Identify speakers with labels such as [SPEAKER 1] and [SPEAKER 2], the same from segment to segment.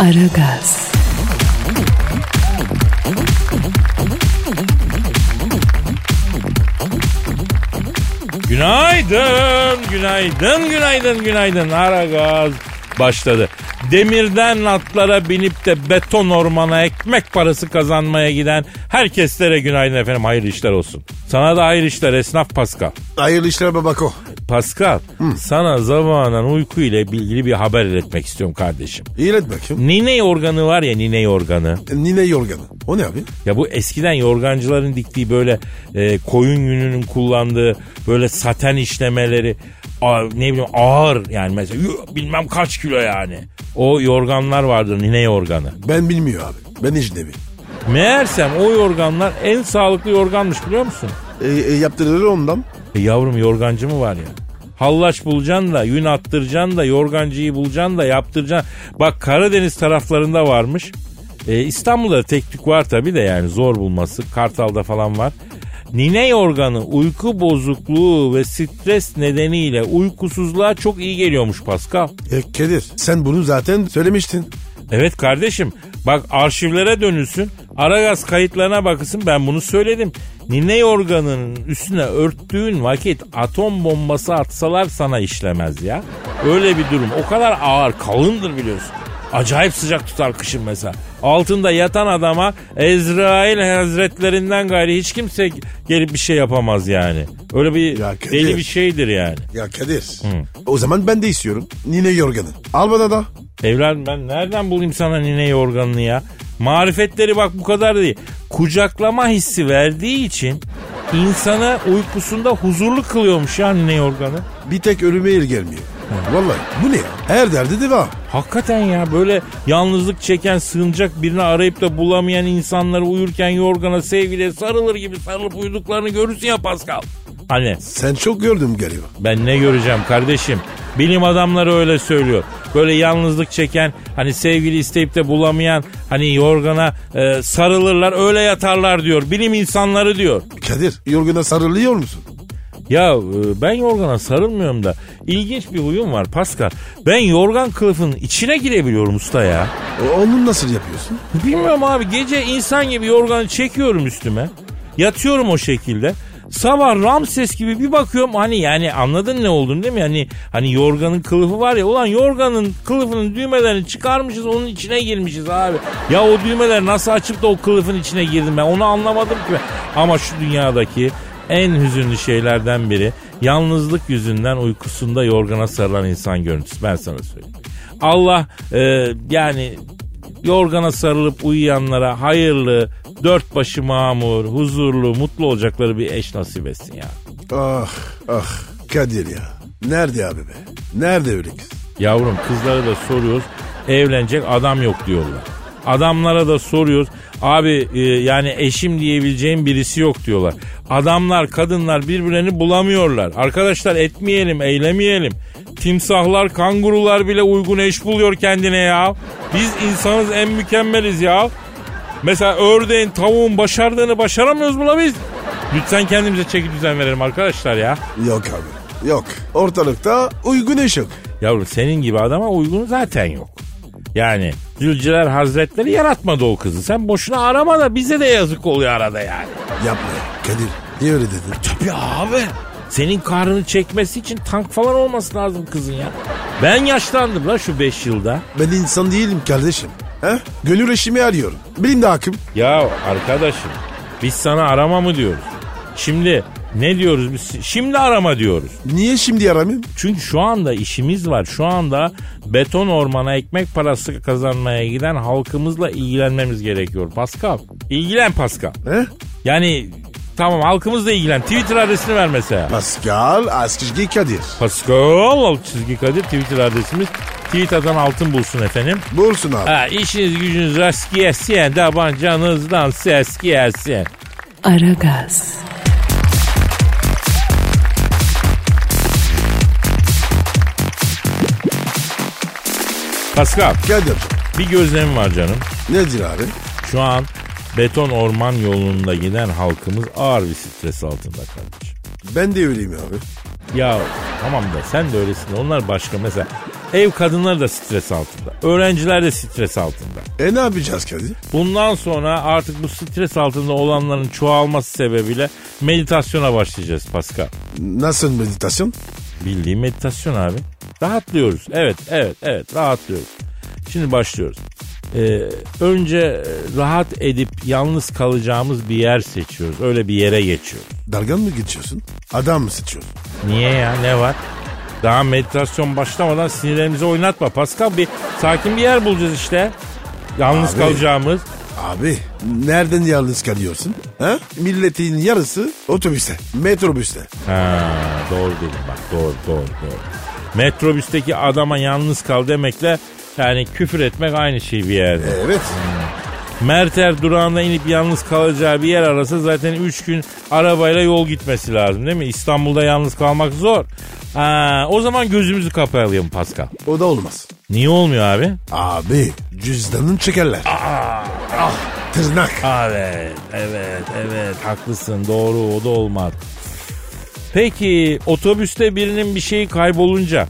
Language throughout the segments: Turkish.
[SPEAKER 1] Aragaz,
[SPEAKER 2] Günaydın, günaydın, günaydın, günaydın. Ara gaz başladı. Demirden atlara binip de beton ormana ekmek parası kazanmaya giden herkeslere günaydın efendim. Hayırlı işler olsun. Sana da hayırlı işler esnaf Pascal.
[SPEAKER 3] Hayırlı işler babako.
[SPEAKER 2] Pascal, sana zamanan uyku ile ilgili bir haber iletmek istiyorum kardeşim.
[SPEAKER 3] İyilet bakayım.
[SPEAKER 2] Nine organı var ya nine organı.
[SPEAKER 3] Nine yorganı. O ne abi?
[SPEAKER 2] Ya bu eskiden yorgancıların diktiği böyle e, koyun yününün kullandığı böyle saten işlemeleri a- ne bileyim ağır yani mesela yuh, bilmem kaç kilo yani. O yorganlar vardır nine yorganı.
[SPEAKER 3] Ben bilmiyor abi. Ben ecnebi.
[SPEAKER 2] Meğersem o yorganlar en sağlıklı yorganmış biliyor musun?
[SPEAKER 3] E, e, yaptırırlar ondan.
[SPEAKER 2] E yavrum yorgancı mı var ya? Hallaç bulacaksın da yün attıracaksın da yorgancıyı bulacaksın da yaptıracaksın. Bak Karadeniz taraflarında varmış. E, İstanbul'da da tek tük var tabi de yani zor bulması. Kartal'da falan var. Nine yorganı uyku bozukluğu ve stres nedeniyle uykusuzluğa çok iyi geliyormuş Pascal.
[SPEAKER 3] E, Kadir sen bunu zaten söylemiştin.
[SPEAKER 2] Evet kardeşim bak arşivlere dönülsün. Aragaz kayıtlarına bakılsın ben bunu söyledim. Nine yorganının üstüne örttüğün vakit atom bombası atsalar sana işlemez ya. Öyle bir durum. O kadar ağır kalındır biliyorsun. Acayip sıcak tutar kışın mesela. Altında yatan adama Ezrail hazretlerinden gayri hiç kimse gelip bir şey yapamaz yani. Öyle bir
[SPEAKER 3] Ya Kadir.
[SPEAKER 2] deli bir şeydir yani.
[SPEAKER 3] Ya Kadir. O zaman ben de istiyorum. Nine yorganı. Al bana da.
[SPEAKER 2] Evladım ben nereden bulayım sana nine yorganını ya? Marifetleri bak bu kadar değil. Kucaklama hissi verdiği için insana uykusunda huzurlu kılıyormuş ya nine yorganı.
[SPEAKER 3] Bir tek ölüme el gelmiyor. Vallahi bu ne ya? Her derdi de var.
[SPEAKER 2] Hakikaten ya böyle yalnızlık çeken sığınacak birini arayıp da bulamayan insanları uyurken yorgana sevgiliye sarılır gibi sarılıp uyuduklarını görürsün ya Pascal. Hani
[SPEAKER 3] Sen çok gördüm galiba.
[SPEAKER 2] Ben ne göreceğim kardeşim? Bilim adamları öyle söylüyor. Böyle yalnızlık çeken, hani sevgili isteyip de bulamayan, hani yorgana e, sarılırlar, öyle yatarlar diyor. Bilim insanları diyor.
[SPEAKER 3] Kadir yorgana sarılıyor musun?
[SPEAKER 2] Ya e, ben yorgana sarılmıyorum da ilginç bir huyum var Pascal. Ben yorgan kılıfının içine girebiliyorum usta ya.
[SPEAKER 3] E, Onu nasıl yapıyorsun?
[SPEAKER 2] Bilmiyorum abi gece insan gibi yorganı çekiyorum üstüme. Yatıyorum o şekilde. Sabah Ramses gibi bir bakıyorum hani yani anladın ne olduğunu değil mi? Hani hani yorganın kılıfı var ya ulan yorganın kılıfının düğmelerini çıkarmışız onun içine girmişiz abi. Ya o düğmeler nasıl açıp da o kılıfın içine girdim ben onu anlamadım ki. Ama şu dünyadaki en hüzünlü şeylerden biri yalnızlık yüzünden uykusunda yorgana sarılan insan görüntüsü ben sana söyleyeyim. Allah e, yani Yorgana sarılıp uyuyanlara hayırlı, dört başı mamur, huzurlu, mutlu olacakları bir eş nasip etsin ya.
[SPEAKER 3] Ah ah Kadir ya. Nerede abi be? Nerede öyle kız?
[SPEAKER 2] Yavrum kızlara da soruyoruz, evlenecek adam yok diyorlar. Adamlara da soruyoruz, abi e, yani eşim diyebileceğim birisi yok diyorlar. Adamlar, kadınlar birbirlerini bulamıyorlar. Arkadaşlar etmeyelim, eylemeyelim. Timsahlar, kangurular bile uygun eş buluyor kendine ya. Biz insanız en mükemmeliz ya. Mesela ördeğin, tavuğun başardığını başaramıyoruz buna biz. Lütfen kendimize çeki düzen verelim arkadaşlar ya.
[SPEAKER 3] Yok abi. Yok. Ortalıkta uygun eş yok.
[SPEAKER 2] Yavrum senin gibi adama uygun zaten yok. Yani Zülceler Hazretleri yaratmadı o kızı. Sen boşuna arama da bize de yazık oluyor arada yani.
[SPEAKER 3] Yapma ya. Kadir niye öyle dedin?
[SPEAKER 2] Tabii abi. Senin karnını çekmesi için tank falan olması lazım kızın ya. Ben yaşlandım la şu 5 yılda.
[SPEAKER 3] Ben insan değilim kardeşim. He? Gönül eşimi arıyorum. Benim de hakkım.
[SPEAKER 2] Ya arkadaşım biz sana arama mı diyoruz? Şimdi ne diyoruz biz? Şimdi arama diyoruz.
[SPEAKER 3] Niye şimdi aramayayım?
[SPEAKER 2] Çünkü şu anda işimiz var. Şu anda beton ormana ekmek parası kazanmaya giden halkımızla ilgilenmemiz gerekiyor. Pascal. İlgilen Pascal.
[SPEAKER 3] He?
[SPEAKER 2] Yani Tamam halkımızla ilgilen. Twitter adresini ver mesela.
[SPEAKER 3] Pascal Askizgi Kadir.
[SPEAKER 2] Pascal alt çizgi Kadir Twitter adresimiz. Tweet atan altın bulsun efendim.
[SPEAKER 3] Bulsun abi.
[SPEAKER 2] Ha, işiniz gücünüz rast gelsin. Tabancanızdan ses gelsin.
[SPEAKER 1] Aragaz,
[SPEAKER 2] Pascal
[SPEAKER 3] Kadir
[SPEAKER 2] bir gözlemim var canım.
[SPEAKER 3] nedir abi?
[SPEAKER 2] Şu an beton orman yolunda giden halkımız ağır bir stres altında kardeşim.
[SPEAKER 3] Ben de öyleyim abi.
[SPEAKER 2] Ya tamam da sen de öylesin. Onlar başka mesela. Ev kadınları da stres altında. Öğrenciler de stres altında.
[SPEAKER 3] E ne yapacağız Kadir?
[SPEAKER 2] Bundan sonra artık bu stres altında olanların çoğalması sebebiyle meditasyona başlayacağız Pascal.
[SPEAKER 3] Nasıl meditasyon?
[SPEAKER 2] Bildiğin meditasyon abi. Rahatlıyoruz. Evet, evet, evet rahatlıyoruz. Şimdi başlıyoruz. Ee, önce e, rahat edip yalnız kalacağımız bir yer seçiyoruz. Öyle bir yere geçiyoruz.
[SPEAKER 3] Dalgan mı geçiyorsun? Adam mı seçiyorsun?
[SPEAKER 2] Niye ya ne var? Daha meditasyon başlamadan sinirlerimizi oynatma Pascal. Bir sakin bir yer bulacağız işte. Yalnız
[SPEAKER 3] Abi.
[SPEAKER 2] kalacağımız.
[SPEAKER 3] Abi nereden yalnız kalıyorsun? Ha? Milletin yarısı otobüste, metrobüste.
[SPEAKER 2] Ha, doğru dedim bak doğru doğru doğru. Metrobüsteki adama yalnız kal demekle yani küfür etmek aynı şey bir yerde.
[SPEAKER 3] Evet.
[SPEAKER 2] Merter durağına inip yalnız kalacağı bir yer arasa zaten 3 gün arabayla yol gitmesi lazım değil mi? İstanbul'da yalnız kalmak zor. Ha, o zaman gözümüzü kapayalım Pascal.
[SPEAKER 3] O da olmaz.
[SPEAKER 2] Niye olmuyor abi?
[SPEAKER 3] Abi cüzdanın çekerler. Tırnak.
[SPEAKER 2] Ah, Evet, evet, evet. Haklısın, doğru. O da olmaz. Peki otobüste birinin bir şeyi kaybolunca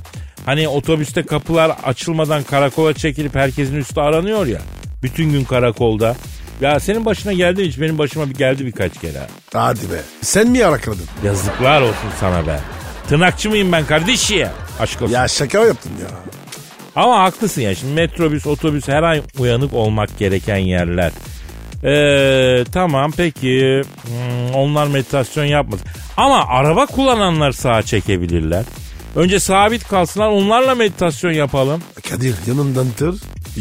[SPEAKER 2] hani otobüste kapılar açılmadan karakola çekilip herkesin üstü aranıyor ya. Bütün gün karakolda. Ya senin başına geldi mi hiç benim başıma bir geldi birkaç kere. ha.
[SPEAKER 3] Hadi be. Sen mi yarakladın?
[SPEAKER 2] Yazıklar olsun sana be. Tırnakçı mıyım ben kardeş ya? Aşk olsun.
[SPEAKER 3] Ya şaka yaptın ya.
[SPEAKER 2] Ama haklısın ya şimdi metrobüs otobüs her ay uyanık olmak gereken yerler. Ee, tamam peki Hmm, onlar meditasyon yapmaz. Ama araba kullananlar sağa çekebilirler. Önce sabit kalsınlar onlarla meditasyon yapalım.
[SPEAKER 3] Kadir yanından tır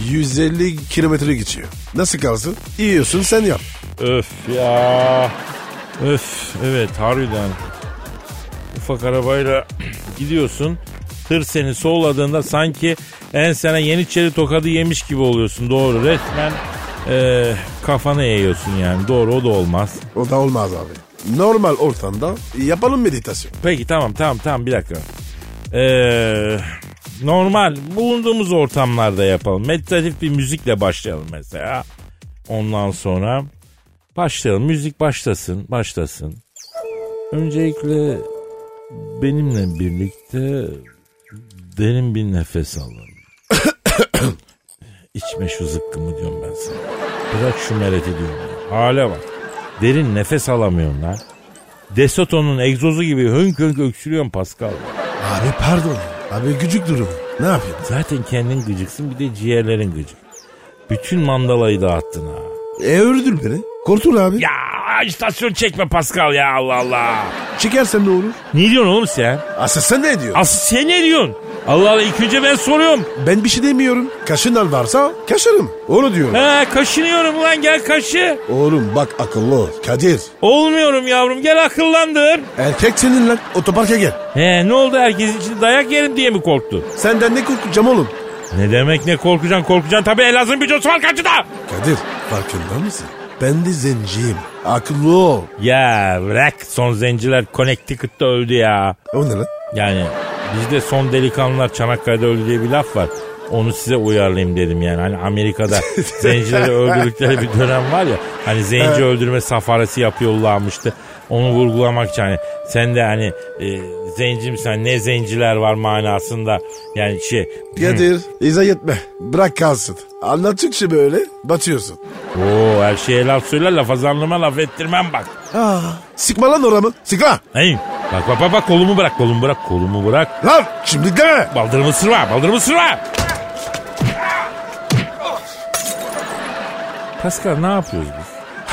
[SPEAKER 3] 150 kilometre geçiyor. Nasıl kalsın? Yiyorsun sen yap.
[SPEAKER 2] Öf ya. Öf evet harbiden. Ufak arabayla gidiyorsun. Tır seni solladığında sanki ensene yeniçeri tokadı yemiş gibi oluyorsun. Doğru resmen eee kafana eğiyorsun yani. Doğru o da olmaz.
[SPEAKER 3] O da olmaz abi. Normal ortamda yapalım meditasyon.
[SPEAKER 2] Peki tamam tamam tamam bir dakika. Eee, normal bulunduğumuz ortamlarda yapalım. Meditatif bir müzikle başlayalım mesela. Ondan sonra başlayalım. Müzik başlasın, başlasın. Öncelikle benimle birlikte derin bir nefes alın. İçme şu zıkkımı diyorum ben sana. Bırak şu mereti diyorum. ya. Hale bak. Derin nefes alamıyorum lan. Desoto'nun egzozu gibi hönk hönk öksürüyorsun Pascal.
[SPEAKER 3] Abi pardon. Abi gücük durumu. Ne yapayım?
[SPEAKER 2] Zaten kendin gıcıksın bir de ciğerlerin gıcık. Bütün mandalayı dağıttın ha.
[SPEAKER 3] E öldür beni. Kurtul abi.
[SPEAKER 2] Ya ajitasyon çekme Pascal ya Allah Allah.
[SPEAKER 3] Çekersen ne olur?
[SPEAKER 2] Ne diyorsun oğlum sen?
[SPEAKER 3] Asıl sen ne diyor?
[SPEAKER 2] Asıl sen ne diyorsun? Allah Allah ilk önce ben soruyorum.
[SPEAKER 3] ben bir şey demiyorum. Kaşından varsa kaşarım. Onu diyorum.
[SPEAKER 2] He kaşınıyorum ulan gel kaşı.
[SPEAKER 3] Oğlum bak akıllı ol. Kadir.
[SPEAKER 2] Olmuyorum yavrum gel akıllandır.
[SPEAKER 3] Erkek senin lan. Otoparka gel.
[SPEAKER 2] He ne oldu herkesin içinde dayak yerim diye mi korktu?
[SPEAKER 3] Senden ne korkacağım oğlum?
[SPEAKER 2] Ne demek ne korkacaksın korkacaksın tabii Elazığ'ın bir cosu var karşıda.
[SPEAKER 3] Kadir farkında mısın? Ben de zenciyim. Akıllı ol.
[SPEAKER 2] Ya bırak son zenciler Connecticut'ta öldü ya.
[SPEAKER 3] O ne lan?
[SPEAKER 2] Yani bizde son delikanlılar Çanakkale'de öldü diye bir laf var. Onu size uyarlayayım dedim yani. Hani Amerika'da zencileri öldürdükleri bir dönem var ya. Hani zenci öldürme safarası yapıyorlarmıştı. Onu vurgulamak için hani sen de hani e, zenci misin, hani ne zenciler var manasında yani şey.
[SPEAKER 3] Kadir izah etme. Bırak kalsın. Anlattıkça böyle batıyorsun.
[SPEAKER 2] Oo her şeye laf söyler laf azanlığıma laf ettirmem bak.
[SPEAKER 3] Aa, sıkma lan oramı. Sıkma.
[SPEAKER 2] Hey, bak bak bak bak kolumu bırak kolumu bırak kolumu bırak.
[SPEAKER 3] Lan şimdi deme.
[SPEAKER 2] Baldırımı sırma, baldırımı sırma. Pascal ne yapıyoruz biz?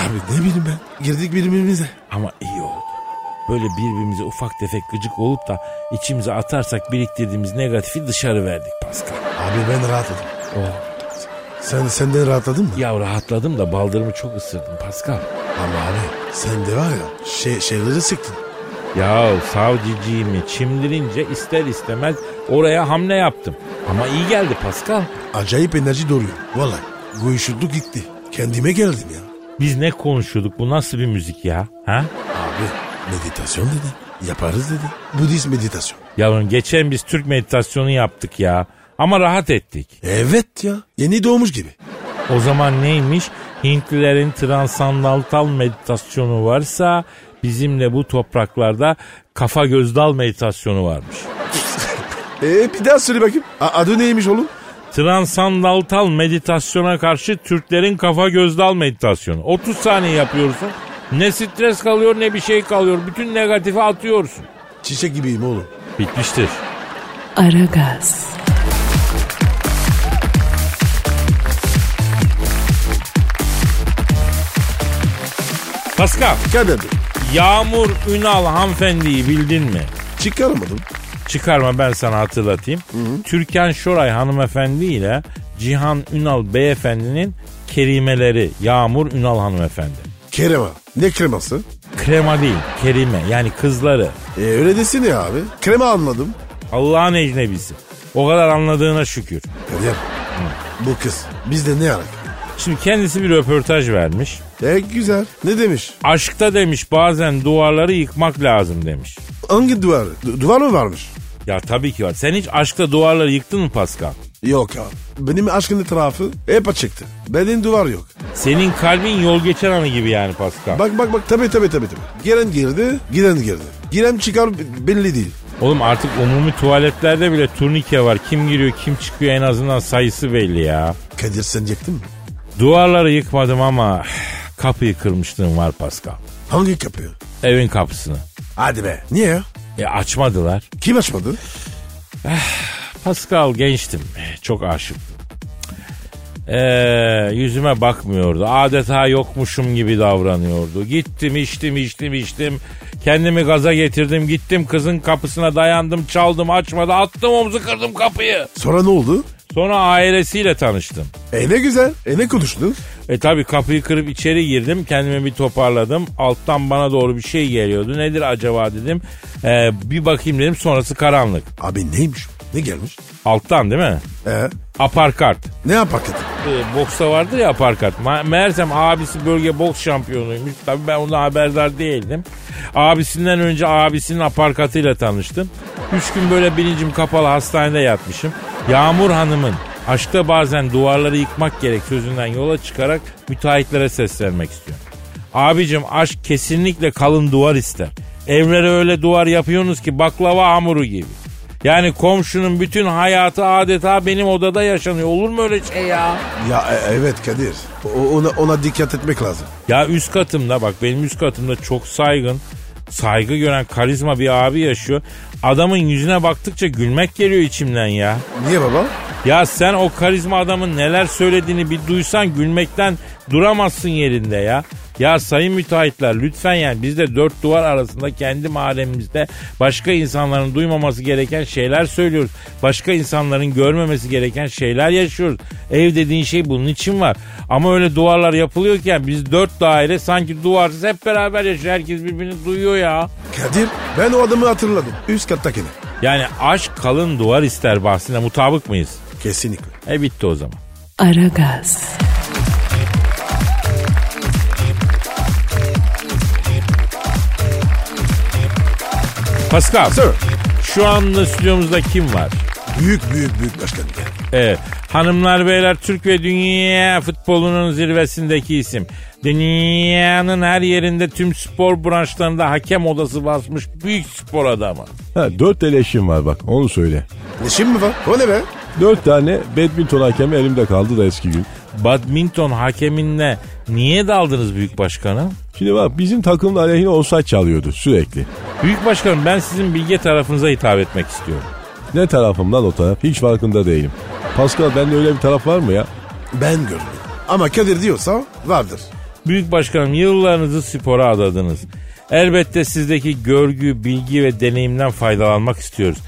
[SPEAKER 3] Abi ne bileyim ben. Girdik birbirimize.
[SPEAKER 2] Ama iyi oldu. Böyle birbirimize ufak tefek gıcık olup da içimize atarsak biriktirdiğimiz negatifi dışarı verdik Pascal.
[SPEAKER 3] Abi ben rahatladım.
[SPEAKER 2] Oh.
[SPEAKER 3] Sen senden rahatladın mı?
[SPEAKER 2] Ya rahatladım da baldırımı çok ısırdım Pascal.
[SPEAKER 3] Ama abi sen de var ya şey, şeyleri sıktın.
[SPEAKER 2] Ya savciciğimi çimdirince ister istemez oraya hamle yaptım. Ama iyi geldi Pascal.
[SPEAKER 3] Acayip enerji doğuruyor. Vallahi uyuşukluk gitti. Kendime geldim ya.
[SPEAKER 2] Biz ne konuşuyorduk bu nasıl bir müzik ya? Ha?
[SPEAKER 3] Abi meditasyon dedi. Yaparız dedi. Budist meditasyon.
[SPEAKER 2] Yavrum geçen biz Türk meditasyonu yaptık ya. Ama rahat ettik.
[SPEAKER 3] Evet ya. Yeni doğmuş gibi.
[SPEAKER 2] O zaman neymiş? Hintlilerin transandantal meditasyonu varsa bizimle bu topraklarda kafa gözdal meditasyonu varmış.
[SPEAKER 3] Eee Ee, bir daha söyle bakayım. A- adı neymiş oğlum?
[SPEAKER 2] Transandantal meditasyona karşı Türklerin kafa gözdal meditasyonu. 30 saniye yapıyorsun. Ne stres kalıyor ne bir şey kalıyor. Bütün negatifi atıyorsun.
[SPEAKER 3] Çiçek gibiyim oğlum.
[SPEAKER 2] Bitmiştir.
[SPEAKER 1] Aragaz,
[SPEAKER 2] Pascal,
[SPEAKER 3] Kader Bey,
[SPEAKER 2] Yağmur Ünal hanımefendiyi bildin mi?
[SPEAKER 3] Çıkaramadım.
[SPEAKER 2] Çıkarma ben sana hatırlatayım. Türkan Şoray hanımefendi ile Cihan Ünal beyefendinin kerimeleri Yağmur Ünal hanımefendi.
[SPEAKER 3] Krema. Ne kreması?
[SPEAKER 2] Krema değil, kerime yani kızları.
[SPEAKER 3] E öyle desene ya abi. Krema anladım.
[SPEAKER 2] Allah'ın ecnebisi. O kadar anladığına şükür.
[SPEAKER 3] Kader. Bu kız. Bizde ne alaka?
[SPEAKER 2] Şimdi kendisi bir röportaj vermiş.
[SPEAKER 3] E güzel. Ne demiş?
[SPEAKER 2] Aşkta demiş bazen duvarları yıkmak lazım demiş.
[SPEAKER 3] Hangi duvar? Du- duvar mı varmış?
[SPEAKER 2] Ya tabii ki var. Sen hiç aşkta duvarları yıktın mı Pascal?
[SPEAKER 3] Yok abi. Benim aşkın etrafı hep açıktı. Benim duvar yok.
[SPEAKER 2] Senin kalbin yol geçen anı gibi yani Pascal.
[SPEAKER 3] Bak bak bak tabi tabi tabi. Giren girdi, giden girdi. Giren çıkar b- belli değil.
[SPEAKER 2] Oğlum artık umumi tuvaletlerde bile turnike var. Kim giriyor kim çıkıyor en azından sayısı belli ya.
[SPEAKER 3] Kadir sen yaktın mı?
[SPEAKER 2] Duvarları yıkmadım ama kapıyı kırmışlığım var Pascal.
[SPEAKER 3] Hangi kapıyı?
[SPEAKER 2] Evin kapısını.
[SPEAKER 3] Hadi be. Niye ya?
[SPEAKER 2] E açmadılar.
[SPEAKER 3] Kim açmadı?
[SPEAKER 2] Pascal gençtim. Çok aşıktım. Ee, yüzüme bakmıyordu. Adeta yokmuşum gibi davranıyordu. Gittim içtim içtim içtim. Kendimi gaza getirdim. Gittim kızın kapısına dayandım. Çaldım açmadı. Attım omzu kırdım kapıyı.
[SPEAKER 3] Sonra ne oldu?
[SPEAKER 2] Sonra ailesiyle tanıştım.
[SPEAKER 3] E ne güzel. E ne konuştun?
[SPEAKER 2] E tabi kapıyı kırıp içeri girdim. Kendimi bir toparladım. Alttan bana doğru bir şey geliyordu. Nedir acaba dedim. Ee, bir bakayım dedim. Sonrası karanlık.
[SPEAKER 3] Abi neymiş? Ne gelmiş?
[SPEAKER 2] Alttan değil mi?
[SPEAKER 3] E
[SPEAKER 2] Aparkart.
[SPEAKER 3] ne yapar Kadir?
[SPEAKER 2] e, boksa vardır ya aparkat. Ma- Meğersem abisi bölge boks şampiyonuymuş. Tabii ben ondan haberdar değildim. Abisinden önce abisinin aparkatıyla tanıştım. Üç gün böyle bilincim kapalı hastanede yatmışım. Yağmur Hanım'ın aşkta bazen duvarları yıkmak gerek sözünden yola çıkarak müteahhitlere seslenmek istiyorum. Abicim aşk kesinlikle kalın duvar ister. Evlere öyle duvar yapıyorsunuz ki baklava hamuru gibi. Yani komşunun bütün hayatı adeta benim odada yaşanıyor. Olur mu öyle şey ya?
[SPEAKER 3] Ya e- evet Kadir. O- ona, ona dikkat etmek lazım.
[SPEAKER 2] Ya üst katımda bak benim üst katımda çok saygın, saygı gören karizma bir abi yaşıyor. Adamın yüzüne baktıkça gülmek geliyor içimden ya.
[SPEAKER 3] Niye baba?
[SPEAKER 2] Ya sen o karizma adamın neler söylediğini bir duysan gülmekten duramazsın yerinde ya. Ya sayın müteahhitler lütfen yani biz de dört duvar arasında kendi mahallemizde başka insanların duymaması gereken şeyler söylüyoruz. Başka insanların görmemesi gereken şeyler yaşıyoruz. Ev dediğin şey bunun için var. Ama öyle duvarlar yapılıyorken biz dört daire sanki duvarsız hep beraber yaşıyor. Herkes birbirini duyuyor ya.
[SPEAKER 3] Kadir ben o adamı hatırladım. Üst kattakini.
[SPEAKER 2] Yani aşk kalın duvar ister bahsine mutabık mıyız?
[SPEAKER 3] Kesinlikle.
[SPEAKER 2] E bitti o zaman.
[SPEAKER 1] Aragaz,
[SPEAKER 2] Pascal.
[SPEAKER 3] Sir.
[SPEAKER 2] Şu anda stüdyomuzda kim var?
[SPEAKER 3] Büyük büyük büyük başkan.
[SPEAKER 2] Evet. Hanımlar beyler Türk ve dünya futbolunun zirvesindeki isim. Dünyanın her yerinde tüm spor branşlarında hakem odası basmış büyük spor adamı.
[SPEAKER 4] Ha, dört tane eşim var bak onu söyle.
[SPEAKER 3] Ne şimdi mi var? O ne be?
[SPEAKER 4] Dört tane badminton hakemi elimde kaldı da eski gün.
[SPEAKER 2] Badminton hakeminle niye daldınız büyük başkanım?
[SPEAKER 4] Şimdi bak bizim takımın aleyhine offside çalıyordu sürekli.
[SPEAKER 2] Büyük başkanım ben sizin bilge tarafınıza hitap etmek istiyorum.
[SPEAKER 4] Ne tarafımdan o taraf hiç farkında değilim. Pascal bende öyle bir taraf var mı ya?
[SPEAKER 3] Ben görmedim. Ama Kadir diyorsa vardır.
[SPEAKER 2] Büyük başkanım yıllarınızı spora adadınız. Elbette sizdeki görgü, bilgi ve deneyimden faydalanmak istiyoruz.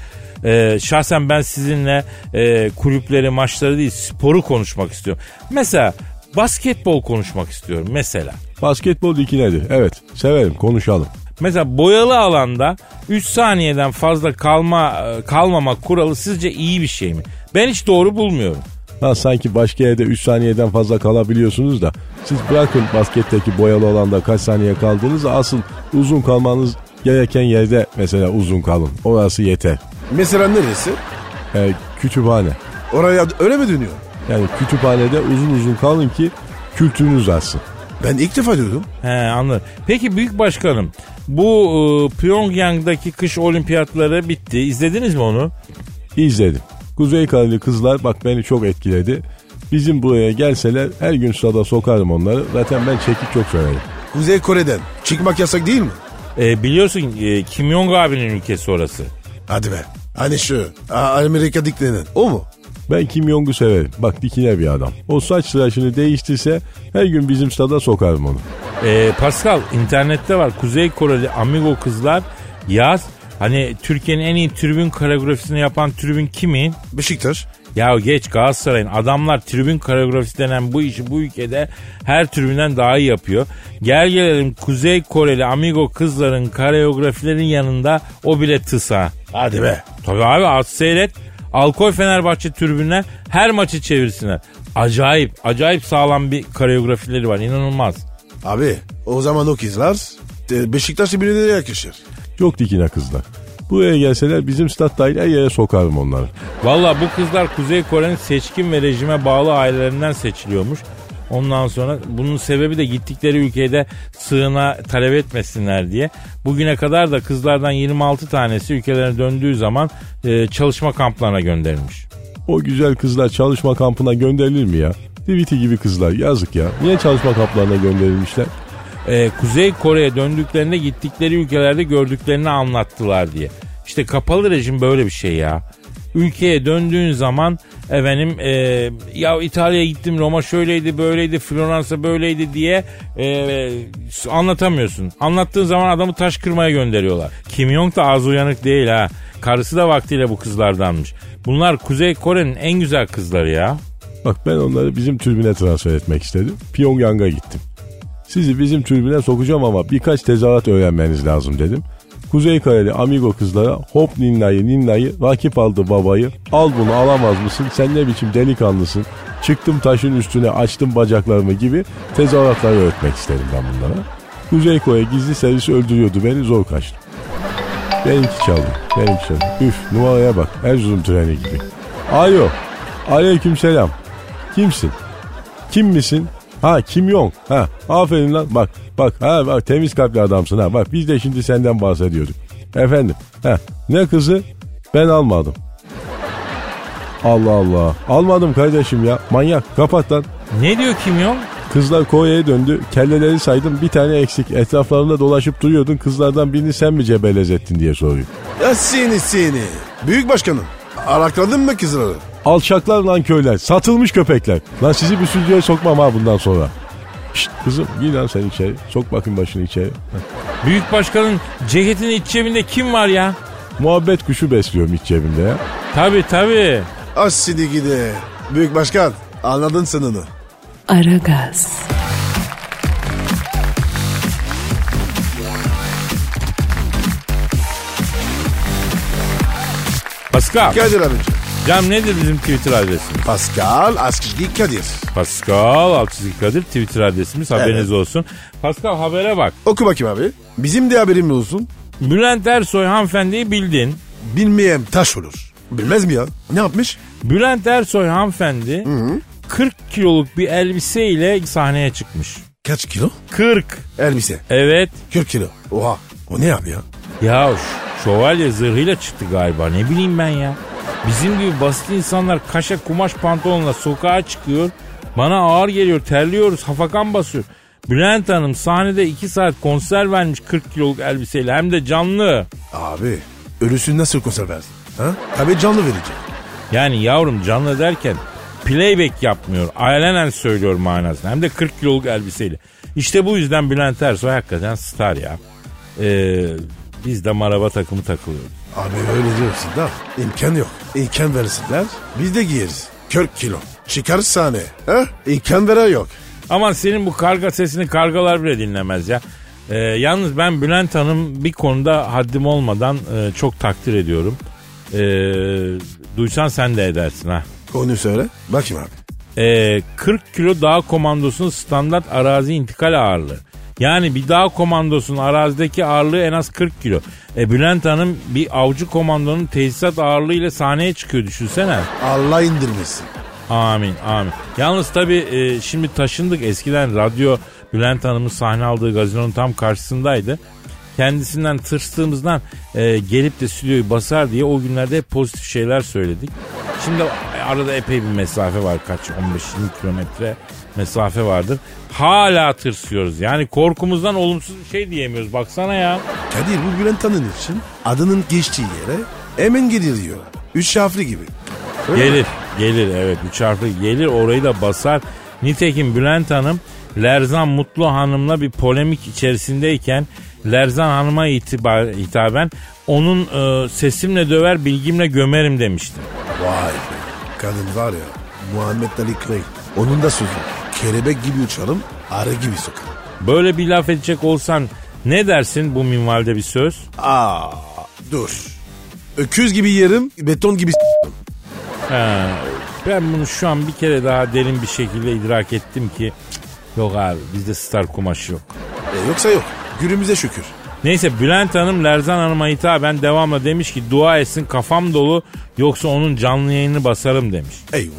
[SPEAKER 2] Ee, şahsen ben sizinle e, kulüpleri, maçları değil sporu konuşmak istiyorum. Mesela basketbol konuşmak istiyorum mesela.
[SPEAKER 5] Basketbol dikinedir. Evet severim konuşalım.
[SPEAKER 2] Mesela boyalı alanda 3 saniyeden fazla kalma e, kalmamak kuralı sizce iyi bir şey mi? Ben hiç doğru bulmuyorum.
[SPEAKER 5] Ha sanki başka yerde 3 saniyeden fazla kalabiliyorsunuz da siz bırakın basketteki boyalı olanda kaç saniye kaldığınızı asıl uzun kalmanız gereken yerde mesela uzun kalın. Orası yeter.
[SPEAKER 3] Mesela neresi?
[SPEAKER 5] Ee, kütüphane.
[SPEAKER 3] Oraya öyle mi dönüyor?
[SPEAKER 5] Yani kütüphanede uzun uzun kalın ki kültürünüz artsın.
[SPEAKER 3] Ben ilk defa duydum.
[SPEAKER 2] He anladım. Peki Büyük Başkanım bu e, Pyongyang'daki kış olimpiyatları bitti. İzlediniz mi onu?
[SPEAKER 5] İzledim. Kuzey Kareli kızlar bak beni çok etkiledi. Bizim buraya gelseler her gün sırada sokarım onları. Zaten ben çekik çok severim.
[SPEAKER 3] Kuzey Kore'den çıkmak yasak değil mi?
[SPEAKER 2] E, biliyorsun e, Kim Jong abinin ülkesi orası.
[SPEAKER 3] Hadi be. Hani şu A- Amerika diklenen o mu?
[SPEAKER 5] Ben Kim Jong'u severim. Bak dikine bir adam. O saç tıraşını değiştirse her gün bizim stada sokarım onu.
[SPEAKER 2] E, Pascal internette var Kuzey Koreli Amigo kızlar yaz. Hani Türkiye'nin en iyi tribün koreografisini yapan tribün kimin?
[SPEAKER 3] Beşiktaş.
[SPEAKER 2] Ya geç Galatasaray'ın adamlar tribün koreografisi denen bu işi bu ülkede her tribünden daha iyi yapıyor. Gel gelelim Kuzey Koreli amigo kızların koreografilerin yanında o bile tısa.
[SPEAKER 3] Hadi be.
[SPEAKER 2] Tabii abi az seyret. Alkoy Fenerbahçe tribünler her maçı çevirsinler. Acayip, acayip sağlam bir koreografileri var inanılmaz.
[SPEAKER 3] Abi o zaman o kızlar e, Beşiktaş'ı birine yakışır.
[SPEAKER 5] Çok dikine kızlar. Buraya gelseler bizim stat dahil her yere sokarım onları.
[SPEAKER 2] Valla bu kızlar Kuzey Kore'nin seçkin ve rejime bağlı ailelerinden seçiliyormuş. Ondan sonra bunun sebebi de gittikleri ülkede sığına talep etmesinler diye. Bugüne kadar da kızlardan 26 tanesi ülkelerine döndüğü zaman e, çalışma kamplarına gönderilmiş.
[SPEAKER 5] O güzel kızlar çalışma kampına gönderilir mi ya? Diviti gibi kızlar yazık ya. Niye çalışma kamplarına gönderilmişler?
[SPEAKER 2] E, Kuzey Kore'ye döndüklerinde gittikleri ülkelerde gördüklerini anlattılar diye. İşte kapalı rejim böyle bir şey ya. Ülkeye döndüğün zaman efendim e, ya İtalya'ya gittim Roma şöyleydi böyleydi Floransa böyleydi diye e, anlatamıyorsun. Anlattığın zaman adamı taş kırmaya gönderiyorlar. Kim Jong da az uyanık değil ha. Karısı da vaktiyle bu kızlardanmış. Bunlar Kuzey Kore'nin en güzel kızları ya.
[SPEAKER 5] Bak ben onları bizim türbüne transfer etmek istedim. Pyongyang'a gittim. Sizi bizim türbüne sokacağım ama birkaç tezahürat öğrenmeniz lazım dedim. Kuzey Kareli amigo kızlara hop ninnayı ninnayı rakip aldı babayı. Al bunu alamaz mısın sen ne biçim delikanlısın. Çıktım taşın üstüne açtım bacaklarımı gibi tezahüratları öğretmek istedim ben bunlara. Kuzey Kore gizli servis öldürüyordu beni zor kaçtım. Benimki çaldı. Benimki çaldı. Üf numaraya bak. Erzurum treni gibi. Alo. Aleyküm selam. Kimsin? Kim misin? Ha Kim Jong. Ha aferin lan. Bak bak ha bak temiz kalpli adamsın ha. Bak biz de şimdi senden bahsediyorduk. Efendim. Ha ne kızı? Ben almadım. Allah Allah. Almadım kardeşim ya. Manyak. Kapat lan.
[SPEAKER 2] Ne diyor Kim Jong?
[SPEAKER 5] Kızlar Kore'ye döndü. Kelleleri saydım. Bir tane eksik. Etraflarında dolaşıp duruyordun. Kızlardan birini sen mi cebelezettin diye soruyor.
[SPEAKER 3] Ya seni seni. Büyük başkanım. Arakladın mı kızları?
[SPEAKER 5] Alçaklar lan köyler. Satılmış köpekler. Lan sizi bir stüdyoya sokmam ha bundan sonra. Şşt kızım gir lan sen içeri. Sok bakayım başını içeri. Heh.
[SPEAKER 2] Büyük başkanın ceketinin iç cebinde kim var ya?
[SPEAKER 5] Muhabbet kuşu besliyorum iç cebimde ya.
[SPEAKER 2] Tabi tabi.
[SPEAKER 3] Az seni gide. Büyük başkan anladın sınını.
[SPEAKER 1] Aragaz.
[SPEAKER 2] Pascal.
[SPEAKER 3] Kadir abicim.
[SPEAKER 2] Cam nedir bizim Twitter adresimiz?
[SPEAKER 3] Pascal Askizgi Kadir.
[SPEAKER 2] Pascal Altçizgi Kadir Twitter adresimiz haberiniz olsun. Pascal habere bak.
[SPEAKER 3] Oku bakayım abi. Bizim de haberimiz olsun.
[SPEAKER 2] Bülent Ersoy hanımefendiyi bildin.
[SPEAKER 3] Bilmeyem taş olur. Bilmez mi ya? Ne yapmış?
[SPEAKER 2] Bülent Ersoy hanımefendi 40 kiloluk bir elbiseyle sahneye çıkmış.
[SPEAKER 3] Kaç kilo?
[SPEAKER 2] 40.
[SPEAKER 3] Elbise.
[SPEAKER 2] Evet.
[SPEAKER 3] 40 kilo. Oha. O ne abi ya?
[SPEAKER 2] Ya ş- şövalye zırhıyla çıktı galiba ne bileyim ben ya. Bizim gibi basit insanlar kaşa kumaş pantolonla sokağa çıkıyor. Bana ağır geliyor terliyoruz hafakan basıyor. Bülent Hanım sahnede 2 saat konser vermiş 40 kiloluk elbiseyle hem de canlı.
[SPEAKER 3] Abi ölüsünü nasıl konser versin? Ha? Tabii canlı verecek.
[SPEAKER 2] Yani yavrum canlı derken playback yapmıyor. Alenen söylüyor manasını. Hem de 40 kiloluk elbiseyle. İşte bu yüzden Bülent Ersoy hakikaten star ya. Ee, biz de maraba takımı takılıyoruz.
[SPEAKER 3] Abi öyle diyorsun da imkan yok. İmkan verirsinler biz de giyeriz. 40 kilo. Çıkarız sahneye. Ha? İmkan veren yok.
[SPEAKER 2] Aman senin bu karga sesini kargalar bile dinlemez ya. Ee, yalnız ben Bülent Hanım bir konuda haddim olmadan e, çok takdir ediyorum. Ee, duysan sen de edersin ha.
[SPEAKER 3] Konuyu söyle. Bakayım abi.
[SPEAKER 2] Ee, 40 kilo dağ komandosunun standart arazi intikal ağırlığı. Yani bir dağ komandosunun arazideki ağırlığı en az 40 kilo. E Bülent Hanım bir avcı komandonun tesisat ağırlığı ile sahneye çıkıyor düşünsene.
[SPEAKER 3] Allah indirmesin.
[SPEAKER 2] Amin amin. Yalnız tabii e, şimdi taşındık eskiden radyo Bülent Hanım'ın sahne aldığı gazinonun tam karşısındaydı. Kendisinden tırstığımızdan e, gelip de stüdyoyu basar diye o günlerde hep pozitif şeyler söyledik. Şimdi e, arada epey bir mesafe var kaç 15-20 kilometre mesafe vardır. Hala tırsıyoruz yani korkumuzdan olumsuz bir şey diyemiyoruz baksana ya.
[SPEAKER 3] Kadir bu Bülent Hanım için adının geçtiği yere hemen gelir diyor. Üç harfli gibi. Öyle mi?
[SPEAKER 2] Gelir, gelir evet. Üç harfli gelir orayı da basar. Nitekim Bülent Hanım Lerzan Mutlu Hanım'la bir polemik içerisindeyken Lerzan Hanım'a itibar, hitaben onun e, sesimle döver bilgimle gömerim demişti.
[SPEAKER 3] Vay be. Kadın var ya Muhammed Ali Craig. Onun da sözü. Kelebek gibi uçalım, arı gibi sokalım.
[SPEAKER 2] Böyle bir laf edecek olsan ne dersin bu minvalde bir söz?
[SPEAKER 3] Aa, dur. Öküz gibi yerim, beton gibi s***im.
[SPEAKER 2] Ha, ben bunu şu an bir kere daha derin bir şekilde idrak ettim ki cık, yok abi bizde star kumaşı yok.
[SPEAKER 3] E, yoksa yok. Gürümüze şükür.
[SPEAKER 2] Neyse Bülent Hanım Lerzan Hanım'a hitaben devamla demiş ki dua etsin kafam dolu yoksa onun canlı yayını basarım demiş.
[SPEAKER 3] Eyvah.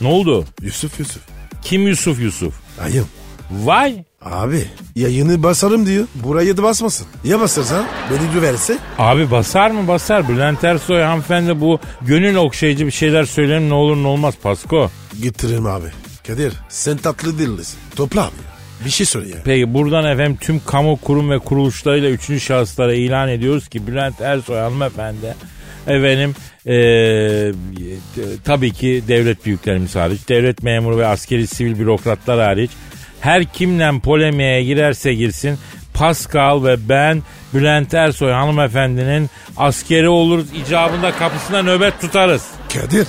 [SPEAKER 2] Ne oldu?
[SPEAKER 3] Yusuf Yusuf.
[SPEAKER 2] Kim Yusuf Yusuf?
[SPEAKER 3] Ayım.
[SPEAKER 2] Vay
[SPEAKER 3] Abi yayını basarım diyor. Burayı da basmasın. Ya basarsan beni güverse?
[SPEAKER 2] Abi basar mı basar Bülent Ersoy hanımefendi bu gönül okşayıcı bir şeyler söylerim ne olur ne olmaz Pasko.
[SPEAKER 3] Getiririm abi. Kadir sen tatlı dillisin. Topla abi. ya. Bir şey söyle ya.
[SPEAKER 2] Peki buradan efendim tüm kamu kurum ve kuruluşlarıyla üçüncü şahıslara ilan ediyoruz ki Bülent Ersoy hanımefendi efendim eee, t- tabii ki devlet büyüklerimiz hariç devlet memuru ve askeri sivil bürokratlar hariç her kimle polemiğe girerse girsin Pascal ve ben Bülent Ersoy hanımefendinin askeri oluruz icabında kapısına nöbet tutarız.
[SPEAKER 3] Kadir.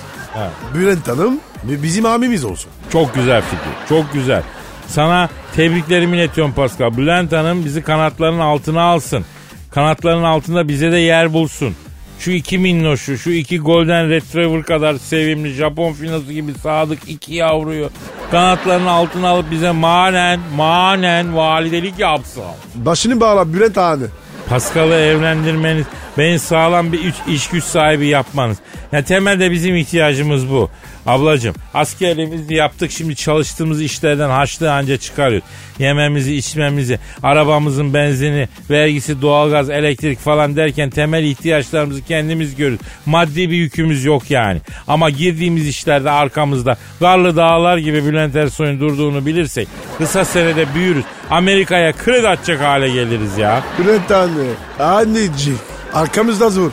[SPEAKER 3] Bülent Hanım bi- bizim abimiz olsun.
[SPEAKER 2] Çok güzel fikir. Çok güzel. Sana tebriklerimi iletiyorum Pascal. Bülent Hanım bizi kanatlarının altına alsın. Kanatlarının altında bize de yer bulsun. Şu iki minnoşu, şu iki golden retriever kadar sevimli Japon finosu gibi sadık iki yavruyu kanatlarının altına alıp bize manen, manen validelik yapsın.
[SPEAKER 3] Başını bağla Bülent abi.
[SPEAKER 2] Paskal'ı evlendirmeniz, beni sağlam bir iş, iş güç sahibi yapmanız. Ya temelde bizim ihtiyacımız bu. Ablacığım askerliğimizi yaptık şimdi çalıştığımız işlerden haçlığı anca çıkarıyoruz. Yememizi, içmemizi, arabamızın benzini, vergisi, doğalgaz, elektrik falan derken temel ihtiyaçlarımızı kendimiz görürüz. Maddi bir yükümüz yok yani. Ama girdiğimiz işlerde arkamızda Garlı Dağlar gibi Bülent Ersoy'un durduğunu bilirsek kısa senede büyürüz. Amerika'ya kredi atacak hale geliriz ya.
[SPEAKER 3] Bülent anne. Annecik. Arkamızda zor.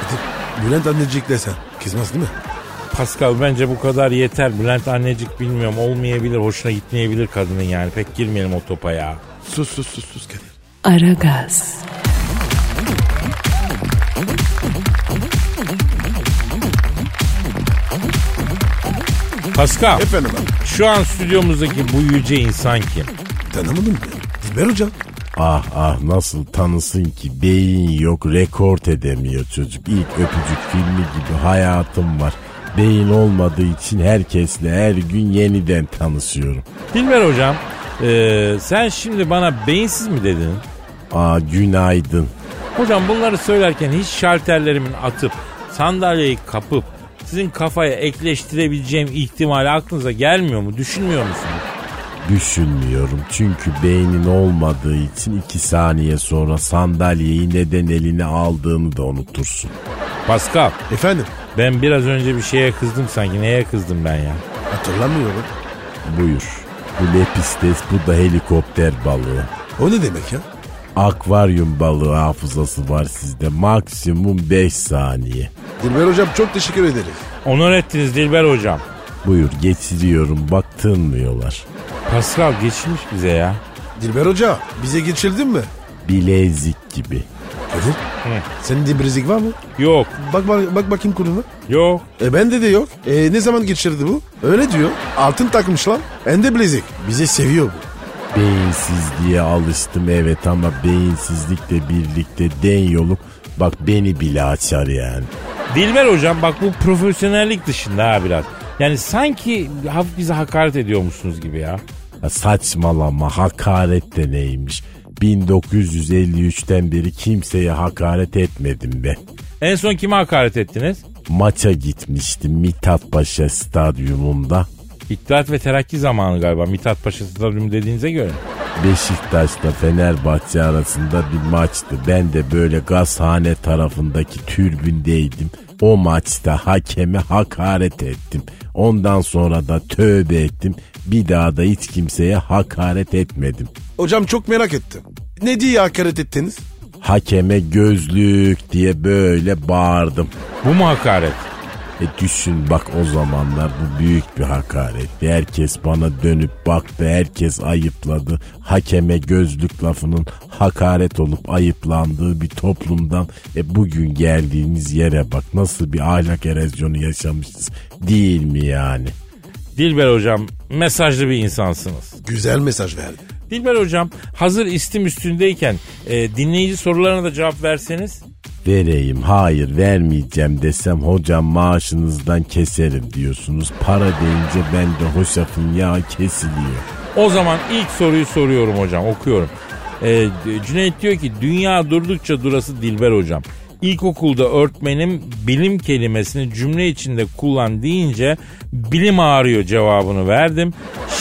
[SPEAKER 3] Kadir, Bülent annecik desen. Kızmaz değil mi?
[SPEAKER 2] Pascal bence bu kadar yeter. Bülent annecik bilmiyorum olmayabilir. Hoşuna gitmeyebilir kadının yani. Pek girmeyelim o topa ya.
[SPEAKER 3] Sus sus sus sus Kadir.
[SPEAKER 1] Aragaz,
[SPEAKER 2] Pascal
[SPEAKER 3] Efendim abi.
[SPEAKER 2] şu an stüdyomuzdaki bu yüce insan kim?
[SPEAKER 3] Tanımadın mı? Dilber hocam.
[SPEAKER 4] Ah ah nasıl tanısın ki beyin yok rekort edemiyor çocuk. İlk öpücük filmi gibi hayatım var. Beyin olmadığı için herkesle her gün yeniden tanışıyorum.
[SPEAKER 2] Dilber hocam e, sen şimdi bana beyinsiz mi dedin?
[SPEAKER 4] Aa günaydın.
[SPEAKER 2] Hocam bunları söylerken hiç şalterlerimin atıp sandalyeyi kapıp sizin kafaya ekleştirebileceğim ihtimali aklınıza gelmiyor mu? Düşünmüyor musunuz?
[SPEAKER 4] Düşünmüyorum çünkü beynin olmadığı için iki saniye sonra sandalyeyi neden eline aldığını da unutursun.
[SPEAKER 2] Pascal
[SPEAKER 3] Efendim.
[SPEAKER 2] ben biraz önce bir şeye kızdım sanki. Neye kızdım ben ya?
[SPEAKER 3] Hatırlamıyorum.
[SPEAKER 4] Buyur. Bu lepistes bu da helikopter balığı.
[SPEAKER 3] O ne demek ya?
[SPEAKER 4] Akvaryum balığı hafızası var sizde. Maksimum 5 saniye.
[SPEAKER 3] Dilber hocam çok teşekkür ederiz.
[SPEAKER 2] Onur ettiniz Dilber hocam.
[SPEAKER 4] Buyur geçiriyorum bak tınmıyorlar.
[SPEAKER 2] Pascal geçmiş bize ya.
[SPEAKER 3] Dilber hoca bize geçildin mi?
[SPEAKER 4] Bilezik gibi.
[SPEAKER 3] Kadir. Senin de bilezik var mı?
[SPEAKER 2] Yok.
[SPEAKER 3] Bak bak, bak bakayım koluna.
[SPEAKER 2] Yok.
[SPEAKER 3] E bende de yok. E ne zaman geçirdi bu? Öyle diyor. Altın takmış lan. Ende bilezik. Bizi seviyor bu.
[SPEAKER 4] Beyinsizliğe alıştım evet ama beyinsizlikle birlikte den yoluk bak beni bile açar yani.
[SPEAKER 2] Dilber hocam bak bu profesyonellik dışında ha biraz. Yani sanki hafif bize hakaret ediyormuşsunuz gibi ya.
[SPEAKER 4] Ya saçmalama hakaret de neymiş? 1953'ten beri kimseye hakaret etmedim ben.
[SPEAKER 2] En son kime hakaret ettiniz?
[SPEAKER 4] Maça gitmiştim Mithat Paşa stadyumunda.
[SPEAKER 2] İttihat ve Terakki zamanı galiba. Mithat Paşa Stadyumu dediğinize göre.
[SPEAKER 4] Beşiktaş'ta Fenerbahçe arasında bir maçtı. Ben de böyle gazhane tarafındaki türbündeydim. O maçta hakeme hakaret ettim. Ondan sonra da tövbe ettim. Bir daha da hiç kimseye hakaret etmedim.
[SPEAKER 3] Hocam çok merak ettim. Ne diye hakaret ettiniz?
[SPEAKER 4] Hakeme gözlük diye böyle bağırdım.
[SPEAKER 2] Bu mu hakaret?
[SPEAKER 4] E düşün bak o zamanlar bu büyük bir hakaretti. Herkes bana dönüp baktı, herkes ayıpladı. Hakeme gözlük lafının hakaret olup ayıplandığı bir toplumdan e bugün geldiğimiz yere bak nasıl bir ahlak erozyonu yaşamışız değil mi yani?
[SPEAKER 2] Dilber hocam mesajlı bir insansınız.
[SPEAKER 3] Güzel mesaj verdi.
[SPEAKER 2] Dilber hocam hazır istim üstündeyken e, dinleyici sorularına da cevap verseniz.
[SPEAKER 4] Vereyim hayır vermeyeceğim desem hocam maaşınızdan keserim diyorsunuz. Para deyince ben de hoşafın yağı kesiliyor.
[SPEAKER 2] O zaman ilk soruyu soruyorum hocam okuyorum. E, Cüneyt diyor ki dünya durdukça durası Dilber hocam. İlkokulda öğretmenim bilim kelimesini cümle içinde kullan deyince bilim ağrıyor cevabını verdim.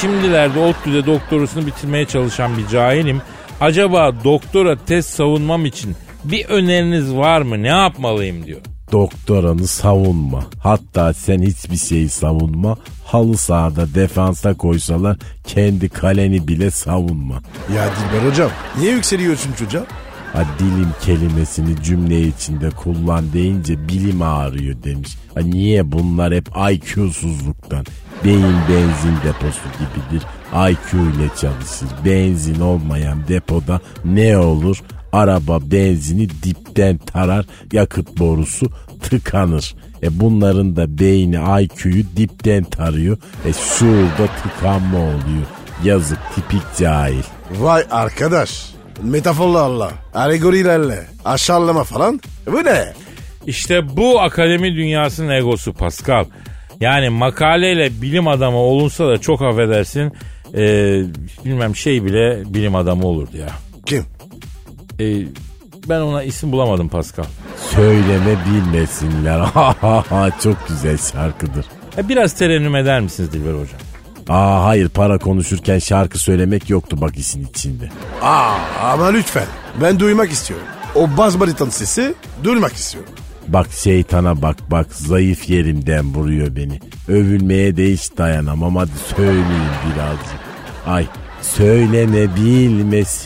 [SPEAKER 2] Şimdilerde ODTÜ'de doktorasını bitirmeye çalışan bir cahilim. Acaba doktora test savunmam için bir öneriniz var mı ne yapmalıyım diyor.
[SPEAKER 4] Doktoranı savunma. Hatta sen hiçbir şeyi savunma. Halı sahada defansa koysalar kendi kaleni bile savunma.
[SPEAKER 3] Ya Dilber hocam niye yükseliyorsun çocuğa?
[SPEAKER 4] Ha dilim kelimesini cümle içinde kullan deyince bilim ağrıyor demiş. Ha niye bunlar hep IQ'suzluktan? Beyin benzin deposu gibidir. IQ ile çalışır. Benzin olmayan depoda ne olur? Araba benzini dipten tarar. Yakıt borusu tıkanır. E bunların da beyni IQ'yu dipten tarıyor. E şurada tıkanma oluyor. Yazık tipik cahil.
[SPEAKER 3] Vay arkadaş. Metaforlarla, alegorilerle, aşağılama falan. E Bu ne?
[SPEAKER 2] İşte bu akademi dünyasının egosu Pascal. Yani makaleyle bilim adamı olunsa da çok affedersin e, bilmem şey bile bilim adamı olurdu ya.
[SPEAKER 3] Kim?
[SPEAKER 2] E, ben ona isim bulamadım Pascal.
[SPEAKER 4] Söyleme bilmesinler. Ha ha ha çok güzel şarkıdır.
[SPEAKER 2] E, biraz terennüm eder misiniz Dilber Hocam?
[SPEAKER 4] Aa hayır para konuşurken şarkı söylemek yoktu bak işin içinde.
[SPEAKER 3] Aa ama lütfen. Ben duymak istiyorum. O bas bariton sesi duymak istiyorum.
[SPEAKER 4] Bak şeytana bak bak zayıf yerimden vuruyor beni. Övülmeye de hiç dayanamam hadi söyleyeyim birazcık. Ay söyleme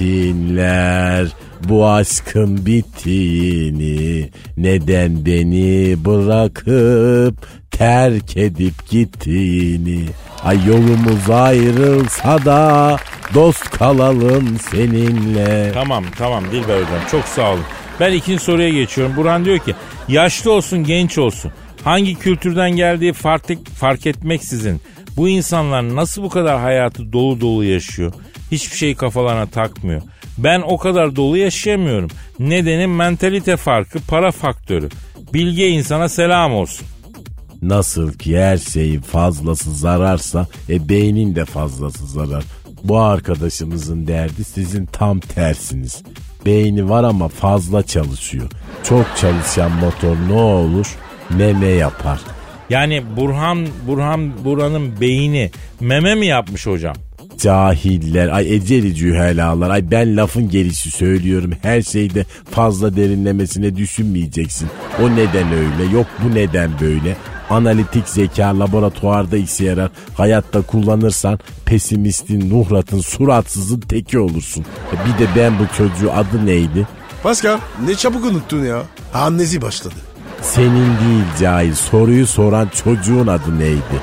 [SPEAKER 4] bilmesinler bu aşkın bittiğini. Neden beni bırakıp terk edip gittiğini. Ay yolumuz ayrılsa da dost kalalım seninle.
[SPEAKER 2] Tamam tamam Dilber Hocam çok sağ olun. Ben ikinci soruya geçiyorum. Burhan diyor ki yaşlı olsun genç olsun. Hangi kültürden geldiği fark, fark etmeksizin bu insanlar nasıl bu kadar hayatı dolu dolu yaşıyor? Hiçbir şey kafalarına takmıyor. Ben o kadar dolu yaşayamıyorum. Nedeni mentalite farkı, para faktörü. Bilge insana selam olsun.
[SPEAKER 4] Nasıl ki her şeyin fazlası zararsa e beynin de fazlası zarar. Bu arkadaşımızın derdi sizin tam tersiniz. Beyni var ama fazla çalışıyor. Çok çalışan motor ne olur? Meme yapar.
[SPEAKER 2] Yani Burhan Burhan Burhan'ın beyni meme mi yapmış hocam?
[SPEAKER 4] Cahiller, ay eceli cühelalar, ay ben lafın gelişi söylüyorum. Her şeyde fazla derinlemesine düşünmeyeceksin. O neden öyle, yok bu neden böyle. Analitik zeka laboratuvarda işe yarar. Hayatta kullanırsan pesimistin, nuhratın, suratsızın teki olursun. E Bir de ben bu çocuğu adı neydi?
[SPEAKER 3] Pascal ne çabuk unuttun ya. Annesi başladı.
[SPEAKER 4] Senin değil cahil, soruyu soran çocuğun adı neydi?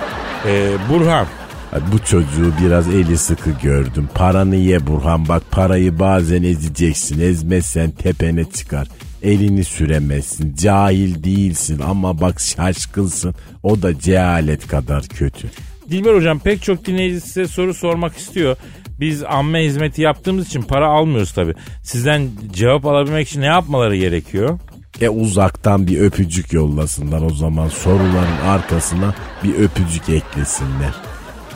[SPEAKER 2] Ee, Burhan
[SPEAKER 4] Ay Bu çocuğu biraz eli sıkı gördüm. Paranı ye Burhan bak parayı bazen ezeceksin. Ezmezsen tepene çıkar.
[SPEAKER 6] elini süremezsin. Cahil değilsin ama bak şaşkınsın. O da cehalet kadar kötü.
[SPEAKER 2] Dilber hocam pek çok dinleyici size soru sormak istiyor. Biz amme hizmeti yaptığımız için para almıyoruz tabii. Sizden cevap alabilmek için ne yapmaları gerekiyor?
[SPEAKER 6] E uzaktan bir öpücük yollasınlar o zaman soruların arkasına bir öpücük eklesinler.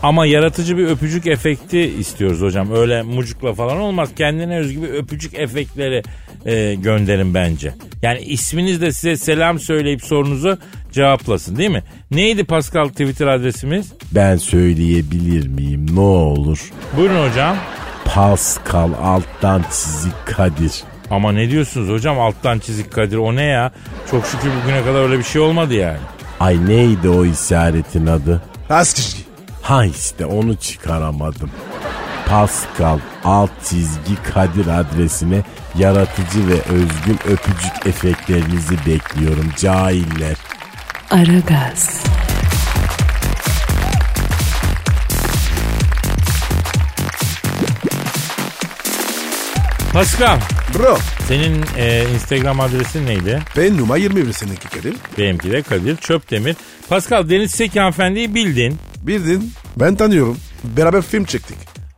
[SPEAKER 2] Ama yaratıcı bir öpücük efekti istiyoruz hocam. Öyle mucukla falan olmaz. Kendine özgü bir öpücük efektleri e, gönderin bence. Yani isminiz de size selam söyleyip sorunuzu cevaplasın değil mi? Neydi Pascal Twitter adresimiz?
[SPEAKER 6] Ben söyleyebilir miyim ne olur?
[SPEAKER 2] Buyurun hocam.
[SPEAKER 6] Pascal alttan çizik Kadir.
[SPEAKER 2] Ama ne diyorsunuz hocam alttan çizik Kadir o ne ya? Çok şükür bugüne kadar öyle bir şey olmadı yani.
[SPEAKER 6] Ay neydi o işaretin adı?
[SPEAKER 3] Az kişi.
[SPEAKER 6] Ha işte onu çıkaramadım. Pascal alt çizgi Kadir adresine yaratıcı ve özgün öpücük efektlerinizi bekliyorum cahiller.
[SPEAKER 1] Aragaz,
[SPEAKER 2] Pascal
[SPEAKER 3] Bro.
[SPEAKER 2] senin e, Instagram adresin neydi?
[SPEAKER 3] Ben numara 21 seninki Kadir.
[SPEAKER 2] Benimki de Kadir Çöpdemir. Pascal Deniz Seki hanımefendiyi bildin.
[SPEAKER 3] Bildin. Ben tanıyorum. Beraber film çektik.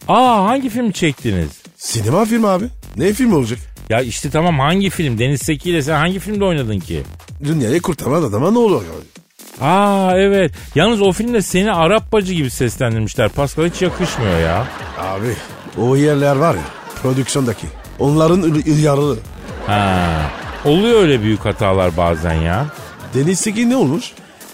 [SPEAKER 2] Aa hangi film çektiniz?
[SPEAKER 3] Sinema filmi abi. Ne film olacak?
[SPEAKER 2] Ya işte tamam hangi film? Deniz Seki ile sen hangi filmde oynadın ki?
[SPEAKER 3] Dünyayı kurtaran adama ne olur abi?
[SPEAKER 2] Aa evet. Yalnız o filmde seni Arap bacı gibi seslendirmişler. Pascal hiç yakışmıyor ya.
[SPEAKER 3] Abi o yerler var ya prodüksiyondaki. Onların ül- ilyarı.
[SPEAKER 2] Ha. Oluyor öyle büyük hatalar bazen ya.
[SPEAKER 3] Denizdeki ne olur?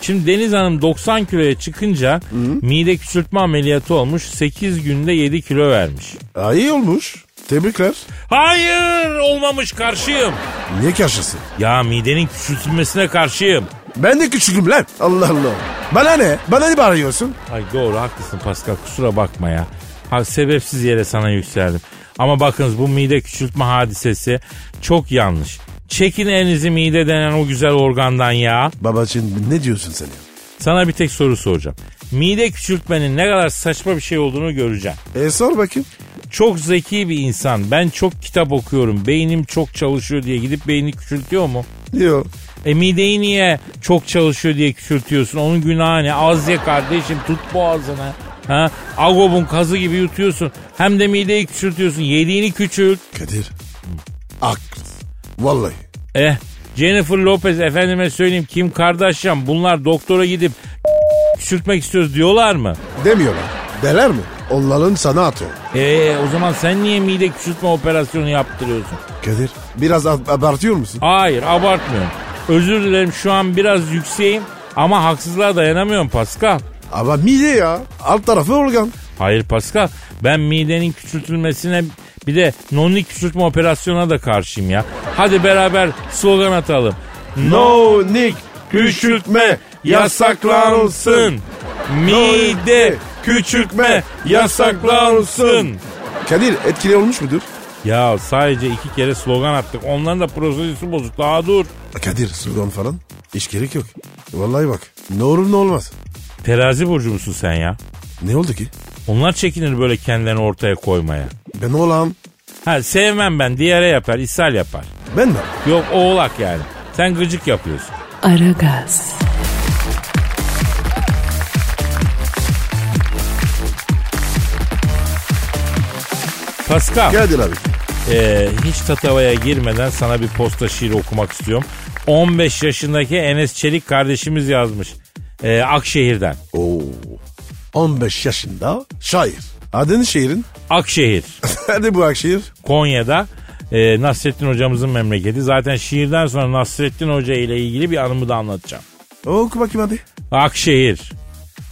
[SPEAKER 2] Şimdi Deniz Hanım 90 kiloya çıkınca mide küçültme ameliyatı olmuş. 8 günde 7 kilo vermiş.
[SPEAKER 3] Aa, iyi olmuş. Tebrikler.
[SPEAKER 2] Hayır olmamış karşıyım.
[SPEAKER 3] Niye karşısın?
[SPEAKER 2] Ya midenin küçültülmesine karşıyım.
[SPEAKER 3] Ben de küçüküm lan. Allah Allah. Bana ne? Bana ne bağırıyorsun?
[SPEAKER 2] Ay doğru haklısın Pascal kusura bakma ya. Ha, sebepsiz yere sana yükseldim. Ama bakınız bu mide küçültme hadisesi çok yanlış. Çekin elinizi mide denen o güzel organdan ya.
[SPEAKER 3] Babacığım ne diyorsun sen ya?
[SPEAKER 2] Sana bir tek soru soracağım. Mide küçültmenin ne kadar saçma bir şey olduğunu göreceğim.
[SPEAKER 3] E sor bakayım.
[SPEAKER 2] Çok zeki bir insan. Ben çok kitap okuyorum. Beynim çok çalışıyor diye gidip beynini küçültüyor mu?
[SPEAKER 3] Yo.
[SPEAKER 2] E mideyi niye çok çalışıyor diye küçültüyorsun? Onun günahı ne? Az ye kardeşim tut boğazını. Ha? Agob'un kazı gibi yutuyorsun. Hem de mideyi küçültüyorsun. Yediğini küçült.
[SPEAKER 3] Kadir. Haklısın. Vallahi.
[SPEAKER 2] Eh Jennifer Lopez efendime söyleyeyim Kim Kardashian bunlar doktora gidip küçültmek istiyoruz diyorlar mı?
[SPEAKER 3] Demiyorlar. Deler mi? Onların sana atıyor.
[SPEAKER 2] E o zaman sen niye mide küçültme operasyonu yaptırıyorsun?
[SPEAKER 3] Kadir. Biraz ab- abartıyor musun?
[SPEAKER 2] Hayır abartmıyorum. Özür dilerim şu an biraz yükseğim ama haksızlığa dayanamıyorum Pascal.
[SPEAKER 3] Ama mide ya. Alt tarafı organ.
[SPEAKER 2] Hayır Pascal ben midenin küçültülmesine bir de nonli küçültme operasyonuna da karşıyım ya. Hadi beraber slogan atalım.
[SPEAKER 3] No Nick küçültme
[SPEAKER 2] Yasaklansın. Mide küçültme yasaklansın.
[SPEAKER 3] Kadir etkili olmuş mudur?
[SPEAKER 2] Ya sadece iki kere slogan attık. Onların da prosedüsü bozuk. Daha dur.
[SPEAKER 3] Kadir slogan falan hiç gerek yok. Vallahi bak ne olur ne olmaz.
[SPEAKER 2] Terazi burcu musun sen ya?
[SPEAKER 3] Ne oldu ki?
[SPEAKER 2] Onlar çekinir böyle kendilerini ortaya koymaya.
[SPEAKER 3] Ben oğlan.
[SPEAKER 2] Ha sevmem ben. Diyare yapar, ishal yapar.
[SPEAKER 3] Ben mi?
[SPEAKER 2] Yok oğlak yani. Sen gıcık yapıyorsun.
[SPEAKER 1] Aragaz,
[SPEAKER 2] Pascal.
[SPEAKER 3] Kadir abi.
[SPEAKER 2] Ee, hiç tatavaya girmeden sana bir posta şiiri okumak istiyorum. 15 yaşındaki Enes Çelik kardeşimiz yazmış. Ee, Akşehir'den.
[SPEAKER 3] Oo. 15 yaşında şair. Adın şehrin?
[SPEAKER 2] Akşehir.
[SPEAKER 3] Nerede bu Akşehir?
[SPEAKER 2] Konya'da. Ee, Nasrettin hocamızın memleketi. Zaten şiirden sonra Nasrettin hoca ile ilgili bir anımı da anlatacağım.
[SPEAKER 3] Oku bakayım hadi.
[SPEAKER 2] Akşehir.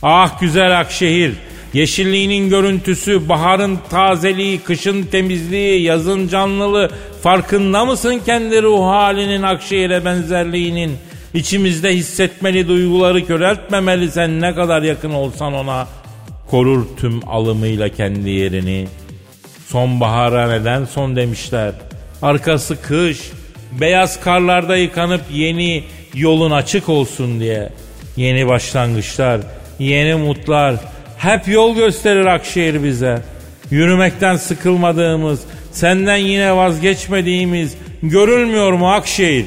[SPEAKER 2] Ah güzel Akşehir. Yeşilliğinin görüntüsü, baharın tazeliği, kışın temizliği, yazın canlılığı. Farkında mısın kendi ruh halinin Akşehir'e benzerliğinin? İçimizde hissetmeli duyguları köreltmemeli sen ne kadar yakın olsan ona. Korur tüm alımıyla kendi yerini. Sonbahara neden son demişler. Arkası kış, beyaz karlarda yıkanıp yeni yolun açık olsun diye. Yeni başlangıçlar, yeni mutlar hep yol gösterir Akşehir bize. Yürümekten sıkılmadığımız, senden yine vazgeçmediğimiz, Görülmüyor mu Akşehir?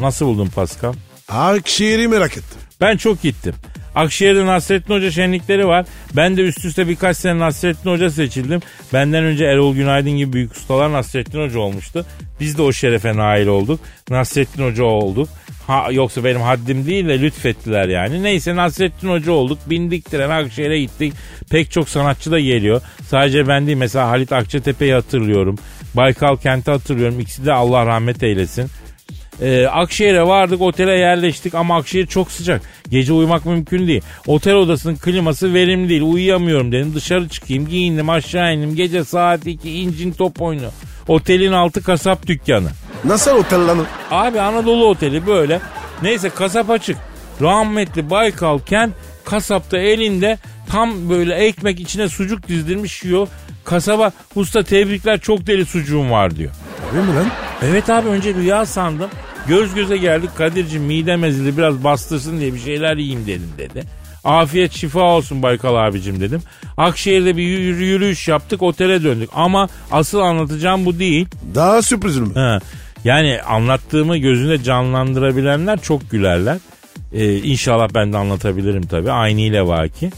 [SPEAKER 2] Nasıl buldun Pascal?
[SPEAKER 3] Akşehir'i merak ettim.
[SPEAKER 2] Ben çok gittim. Akşehir'de Nasrettin Hoca şenlikleri var. Ben de üst üste birkaç sene Nasrettin Hoca seçildim. Benden önce Erol Günaydın gibi büyük ustalar Nasrettin Hoca olmuştu. Biz de o şerefe nail olduk. Nasrettin Hoca olduk. Ha, yoksa benim haddim değil de lütfettiler yani. Neyse Nasrettin Hoca olduk. Bindik tren Akşehir'e gittik. Pek çok sanatçı da geliyor. Sadece ben değil mesela Halit Akçatepe'yi hatırlıyorum. Baykal Kent'i hatırlıyorum. İkisi de Allah rahmet eylesin. Ee, Akşehir'e vardık otele yerleştik ama Akşehir çok sıcak. Gece uyumak mümkün değil. Otel odasının kliması verimli değil. Uyuyamıyorum dedim. Dışarı çıkayım giyindim aşağı indim. Gece saat 2 incin top oyunu. Otelin altı kasap dükkanı.
[SPEAKER 3] Nasıl otel lan?
[SPEAKER 2] Abi Anadolu Oteli böyle. Neyse kasap açık. Rahmetli Baykal Kent kasapta elinde tam böyle ekmek içine sucuk dizdirmiş yiyor. Kasaba usta tebrikler çok deli sucuğum var diyor.
[SPEAKER 3] Değil mi lan?
[SPEAKER 2] Evet abi önce rüya sandım. Göz göze geldik Kadir'cim midem ezildi biraz bastırsın diye bir şeyler yiyeyim dedim dedi. Afiyet şifa olsun Baykal abicim dedim. Akşehir'de bir yürü- yürüyüş yaptık otele döndük. Ama asıl anlatacağım bu değil.
[SPEAKER 3] Daha sürprizim mi?
[SPEAKER 2] Ha. Yani anlattığımı gözünde canlandırabilenler çok gülerler. Ee, inşallah ben de anlatabilirim tabii. Aynı ile vaki.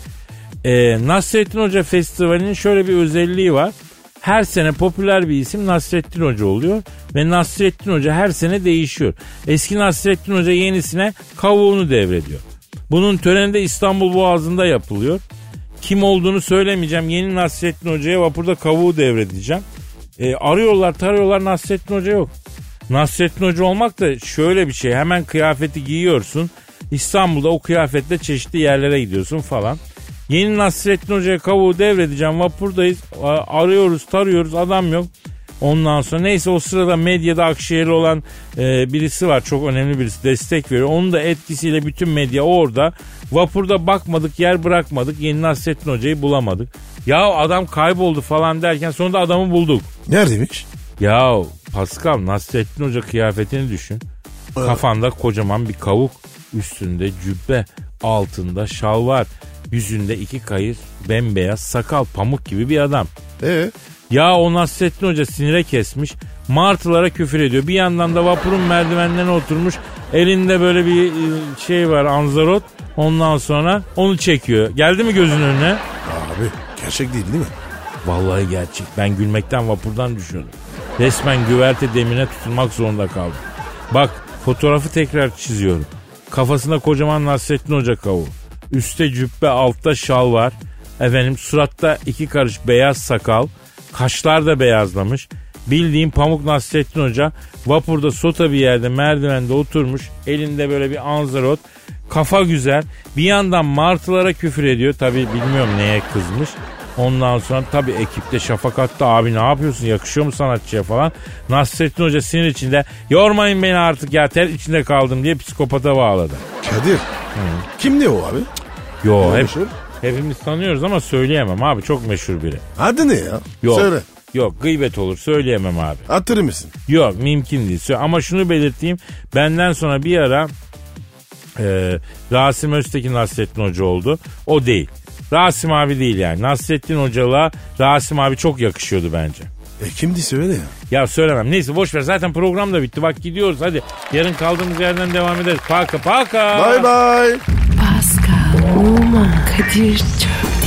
[SPEAKER 2] Ee, Nasrettin Hoca Festivali'nin şöyle bir özelliği var. Her sene popüler bir isim Nasrettin Hoca oluyor ve Nasrettin Hoca her sene değişiyor. Eski Nasrettin Hoca yenisine kavuğunu devrediyor. Bunun töreni de İstanbul Boğazı'nda yapılıyor. Kim olduğunu söylemeyeceğim. Yeni Nasrettin Hoca'ya vapurda kavuğu devredeceğim. E, arıyorlar tarıyorlar Nasrettin Hoca yok. Nasrettin Hoca olmak da şöyle bir şey. Hemen kıyafeti giyiyorsun. İstanbul'da o kıyafetle çeşitli yerlere gidiyorsun falan. Yeni Nasrettin Hoca'ya kavuğu devredeceğim. Vapurdayız. A- Arıyoruz tarıyoruz adam yok. Ondan sonra neyse o sırada medyada Akşehir'li olan e, birisi var. Çok önemli birisi destek veriyor. Onun da etkisiyle bütün medya orada. Vapurda bakmadık yer bırakmadık. Yeni Nasrettin Hoca'yı bulamadık. Ya adam kayboldu falan derken sonunda adamı bulduk.
[SPEAKER 3] Neredeymiş?
[SPEAKER 2] Ya Pascal Nasrettin Hoca kıyafetini düşün. Kafanda kocaman bir kavuk, üstünde cübbe, altında şalvar, yüzünde iki kayır, bembeyaz sakal, pamuk gibi bir adam.
[SPEAKER 3] Ee?
[SPEAKER 2] Ya o Nasrettin Hoca sinire kesmiş, martılara küfür ediyor. Bir yandan da vapurun merdivenlerine oturmuş, elinde böyle bir e, şey var anzarot. Ondan sonra onu çekiyor. Geldi mi gözünün önüne?
[SPEAKER 3] Abi gerçek değil değil mi?
[SPEAKER 2] Vallahi gerçek. Ben gülmekten vapurdan düşüyordum. Resmen güverte demine tutulmak zorunda kaldım. Bak fotoğrafı tekrar çiziyorum. Kafasında kocaman Nasrettin Hoca kavuğu. Üste cübbe altta şal var. Efendim suratta iki karış beyaz sakal. Kaşlar da beyazlamış. Bildiğim pamuk Nasrettin Hoca vapurda sota bir yerde merdivende oturmuş. Elinde böyle bir anzarot. Kafa güzel. Bir yandan martılara küfür ediyor. Tabii bilmiyorum neye kızmış. Ondan sonra tabii ekipte şafak attı abi ne yapıyorsun yakışıyor mu sanatçıya falan. Nasrettin Hoca sinir içinde yormayın beni artık ya ter içinde kaldım diye psikopata bağladı.
[SPEAKER 3] Kadir. Kim diyor o abi?
[SPEAKER 2] Yo hep,
[SPEAKER 3] meşhur?
[SPEAKER 2] hepimiz tanıyoruz ama söyleyemem abi çok meşhur biri.
[SPEAKER 3] Adı ne ya?
[SPEAKER 2] Yok.
[SPEAKER 3] Söyle.
[SPEAKER 2] Yok gıybet olur söyleyemem abi.
[SPEAKER 3] Hatırı mısın?
[SPEAKER 2] Yok mümkün değil. Sö- Ama şunu belirteyim. Benden sonra bir ara e, Rasim Öztekin Nasrettin Hoca oldu. O değil. Rasim abi değil yani. Nasrettin Hoca'la Rasim abi çok yakışıyordu bence.
[SPEAKER 3] E kimdi söyle ya.
[SPEAKER 2] Ya söylemem. Neyse boş ver. Zaten program da bitti. Bak gidiyoruz hadi. Yarın kaldığımız yerden devam ederiz. Paka paka.
[SPEAKER 3] Bay bay.
[SPEAKER 1] Pascal, Oman, Kadir çok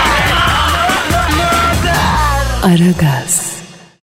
[SPEAKER 1] Aragaz.